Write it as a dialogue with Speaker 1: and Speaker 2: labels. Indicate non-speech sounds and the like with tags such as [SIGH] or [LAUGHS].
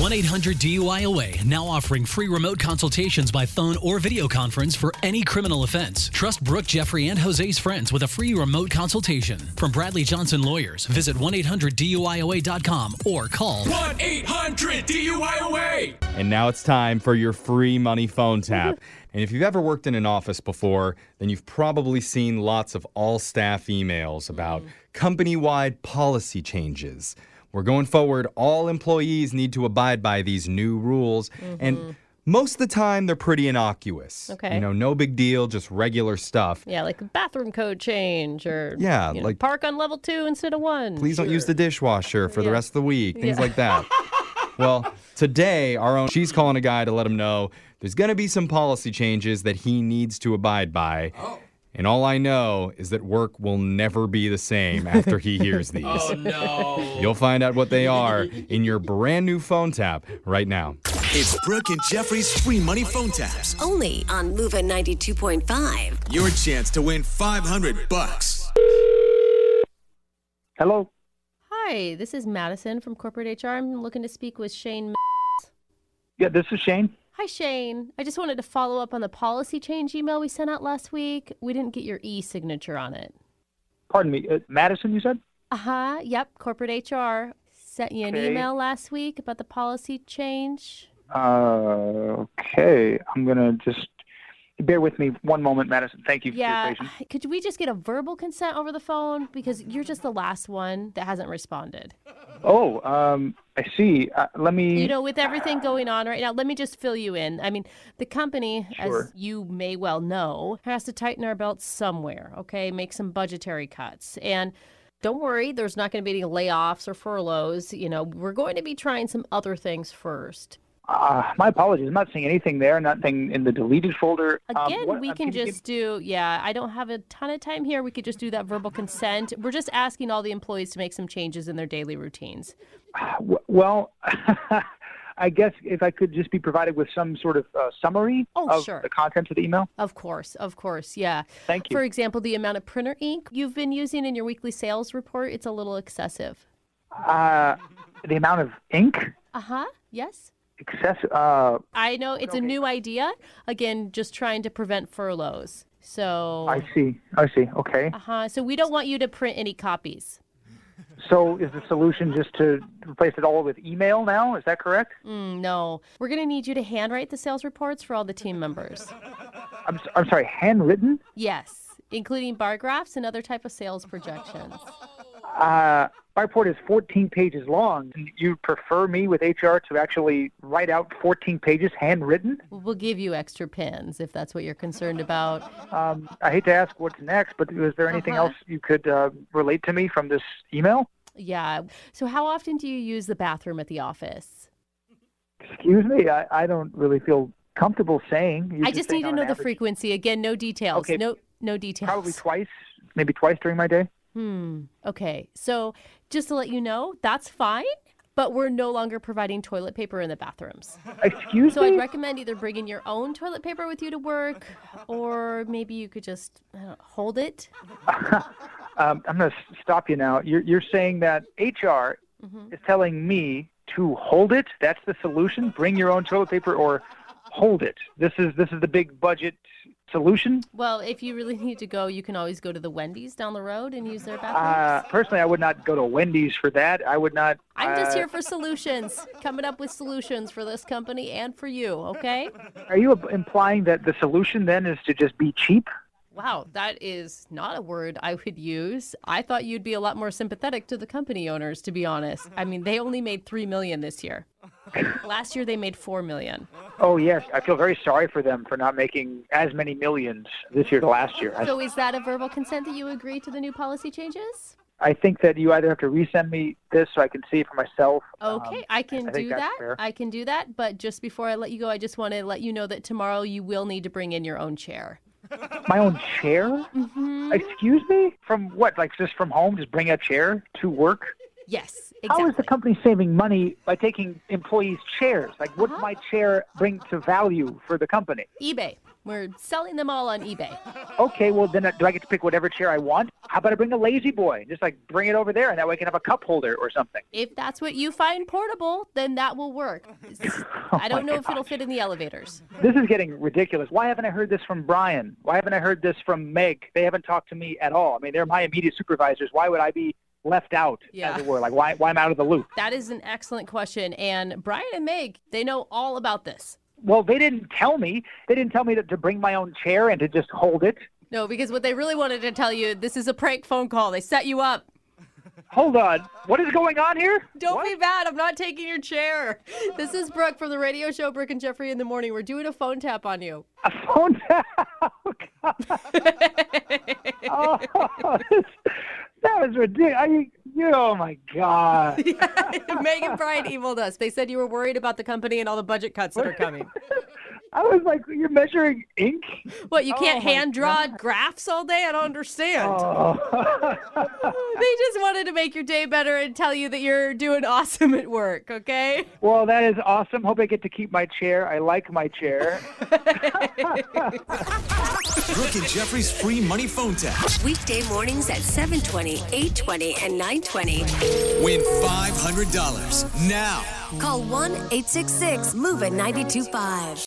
Speaker 1: 1 800 DUIOA now offering free remote consultations by phone or video conference for any criminal offense. Trust Brooke, Jeffrey, and Jose's friends with a free remote consultation. From Bradley Johnson Lawyers, visit 1 800 DUIOA.com or call
Speaker 2: 1 800 DUIOA.
Speaker 3: And now it's time for your free money phone tap. and if you've ever worked in an office before, then you've probably seen lots of all staff emails about company wide policy changes. We're going forward, all employees need to abide by these new rules. And most of the time, they're pretty innocuous.
Speaker 4: Okay.
Speaker 3: You know, no big deal, just regular stuff.
Speaker 4: Yeah, like a bathroom code change or
Speaker 3: Yeah,
Speaker 4: you know,
Speaker 3: like-
Speaker 4: park on level two instead of one.
Speaker 3: Please don't use the dishwasher for the
Speaker 4: Yeah.
Speaker 3: rest of the week, things
Speaker 4: Yeah.
Speaker 3: like
Speaker 4: [LAUGHS]
Speaker 3: that. well, today, our own, she's calling a guy to let him know there's going to be some policy changes that he needs to abide by.
Speaker 4: Oh.
Speaker 3: And all I know is that work will never be the same after he
Speaker 4: [LAUGHS]
Speaker 3: hears these.
Speaker 4: Oh,
Speaker 2: no.
Speaker 3: You'll find out what they are in your brand new phone tap right now.
Speaker 5: It's Brooke and Jeffrey's free money phone taps.
Speaker 6: Only on Move at 92.5.
Speaker 5: Your chance to win 500 bucks.
Speaker 7: Hello.
Speaker 4: Hi, this is Madison from corporate HR. I'm looking to speak with Shane. M-
Speaker 7: Yeah, this is Shane.
Speaker 4: Hi, Shane. I just wanted to follow up on the policy change email we sent out last week. We didn't get your e signature on it.
Speaker 7: Pardon me. Uh, Madison, you said?
Speaker 4: Uh huh. Yep. Corporate HR sent you an
Speaker 7: Okay.
Speaker 4: email last week about the policy change.
Speaker 7: Uh, okay. I'm going to just bear with me one moment, Madison. Thank you for
Speaker 4: Yeah.
Speaker 7: your patience.
Speaker 4: Could we just get a verbal consent over the phone? Because you're just the last one that hasn't responded.
Speaker 7: Oh, um, I see. Uh, let me.
Speaker 4: You know, with everything going on right now, let me just fill you in. I mean, the company, as
Speaker 7: Sure.
Speaker 4: you may well know, has to tighten our belts somewhere, okay? Make some budgetary cuts. And don't worry, there's not going to be any layoffs or furloughs. You know, we're going to be trying some other things first.
Speaker 7: uh, my apologies. I'm not seeing anything there, nothing in the deleted folder. Um,
Speaker 4: Again,
Speaker 7: what-
Speaker 4: we
Speaker 7: uh,
Speaker 4: can
Speaker 7: you give-
Speaker 4: just do, yeah, I don't have a ton of time here. We could just do that verbal consent. We're just asking all the employees to make some changes in their daily routines.
Speaker 7: w- Well, [LAUGHS] I guess if I could just be provided with some sort of uh, summary
Speaker 4: Oh,
Speaker 7: of
Speaker 4: sure.
Speaker 7: the contents of the email.
Speaker 4: Of course, of course, yeah.
Speaker 7: Thank you.
Speaker 4: For example, the amount of printer ink you've been using in your weekly sales report, it's a little excessive.
Speaker 7: Uh, the amount of ink,
Speaker 4: Uh huh, yes.
Speaker 7: excess. Uh,
Speaker 4: I know it's a
Speaker 7: Okay.
Speaker 4: new idea. Again, just trying to prevent furloughs. So,
Speaker 7: I see. I see. Okay.
Speaker 4: uh huh. So, we don't want you to print any copies.
Speaker 7: So is the solution just to replace it all with email now? Is that correct?
Speaker 4: Mm, no, we're going to need you to handwrite the sales reports for all the team
Speaker 7: [LAUGHS]
Speaker 4: members.
Speaker 7: I'm, s- I'm sorry, handwritten?
Speaker 4: Yes, including bar graphs and other type of sales projections.
Speaker 7: Uh, my report is 14 pages long. And You prefer me with HR to actually write out 14 pages handwritten?
Speaker 4: We'll give you extra pins if that's what you're concerned about.
Speaker 7: Um, I hate to ask what's next, but is there anything
Speaker 4: Uh-huh.
Speaker 7: else you could uh, relate to me from this email?
Speaker 4: Yeah. So, how often do you use the bathroom at the office?
Speaker 7: Excuse me, I, I don't really feel comfortable saying. You
Speaker 4: I
Speaker 7: should
Speaker 4: just
Speaker 7: say
Speaker 4: need to
Speaker 7: on
Speaker 4: know the
Speaker 7: average,
Speaker 4: frequency. Again, no details.
Speaker 7: Okay.
Speaker 4: No no details.
Speaker 7: Probably twice, maybe twice during my day.
Speaker 4: Hmm. Okay. So just to let you know, that's fine, but we're no longer providing toilet paper in the bathrooms.
Speaker 7: Excuse
Speaker 4: So
Speaker 7: me? [LAUGHS]
Speaker 4: I'd recommend either bringing your own toilet paper with you to work, or maybe you could just I don't know, hold it.
Speaker 7: Um, I'm going to stop you now. You're, you're saying that HR
Speaker 4: Mm-hmm.
Speaker 7: is telling me to hold it. That's the solution. Bring your own toilet paper or hold it. This is this is the big budget solution.
Speaker 4: Well, if you really need to go, you can always go to the Wendy's down the road and use their
Speaker 7: Uh,
Speaker 4: bathrooms.
Speaker 7: personally, I would not go to Wendy's for that. I would not.
Speaker 4: I'm just
Speaker 7: uh,
Speaker 4: here for solutions, coming up with solutions for this company and for you, okay?
Speaker 7: Are you implying that the solution then is to just be cheap?
Speaker 4: Wow, that is not a word I would use. I thought you'd be a lot more sympathetic to the company owners, to be honest. I mean, they only made 3 million this
Speaker 7: [LAUGHS]
Speaker 4: year. Last year they made 4 million.
Speaker 7: Oh yes, I feel very sorry for them for not making as many millions this year to last year. I,
Speaker 4: So is that a verbal consent that you agree to the new policy changes?
Speaker 7: I think that you either have to resend me this so I can see it for myself. um,
Speaker 4: Okay, I can
Speaker 7: I think
Speaker 4: do
Speaker 7: that's
Speaker 4: that.
Speaker 7: fair.
Speaker 4: I can do that, but just before I let you go, I just want to let you know that tomorrow you will need to bring in your own chair.
Speaker 7: My own chair?
Speaker 4: Mm-hmm.
Speaker 7: Excuse me? From what? Like just from home? Just bring a chair to work?
Speaker 4: Yes,
Speaker 7: How is the
Speaker 4: exactly.
Speaker 7: company saving money by taking employees' chairs? Like, what would my chair bring to value for the company?
Speaker 4: eBay. We're selling them all on eBay.
Speaker 7: Okay, well then, uh, do I get to pick whatever chair I want? How about I bring a lazy boy? Just like bring it over there, and that way I can have a cup holder or something.
Speaker 4: If that's what you find portable, then that will
Speaker 7: [LAUGHS]
Speaker 4: work.
Speaker 7: Oh
Speaker 4: I don't know if it'll fit in the elevators.
Speaker 7: This is getting ridiculous. Why haven't I heard this from Brian? Why haven't I heard this from Meg? They haven't talked to me at all. I mean, they're my immediate supervisors. Why would I be left out,
Speaker 4: Yeah.
Speaker 7: as it were? Like, why, why am I out of the loop?
Speaker 4: That is an excellent question. And Brian and Meg, they know all about this.
Speaker 7: Well, they didn't tell me. They didn't tell me to, to bring my own chair and to just hold it.
Speaker 4: No, because what they really wanted to tell you, this is a prank phone call. They set you up.
Speaker 7: Hold on. What is going on here?
Speaker 4: Don't be bad. I'm not taking your chair. This is Brooke from the radio show Brooke and Jeffrey in the morning. We're doing a phone tap on you. [LAUGHS]
Speaker 7: A phone [LAUGHS] tap. Oh, God. Oh, that was ridiculous. Are you, you, oh, my God.
Speaker 4: Megan Bryan emailed us. They said you were worried about the company and all the budget cuts that are coming.
Speaker 7: I was like, you're measuring ink?
Speaker 4: What, you can't hand draw graphs all day? I don't understand. [LAUGHS] they just wanted to make your day better and tell you that you're doing awesome at work, okay?
Speaker 7: Well, that is awesome. Hope I get to keep my chair. I like my chair.
Speaker 5: Brooke and Jeffrey's free money phone taps.
Speaker 6: Weekday mornings at 720, 820, and 920.
Speaker 5: Win $500 now.
Speaker 6: Call 1 866 MOVE 925.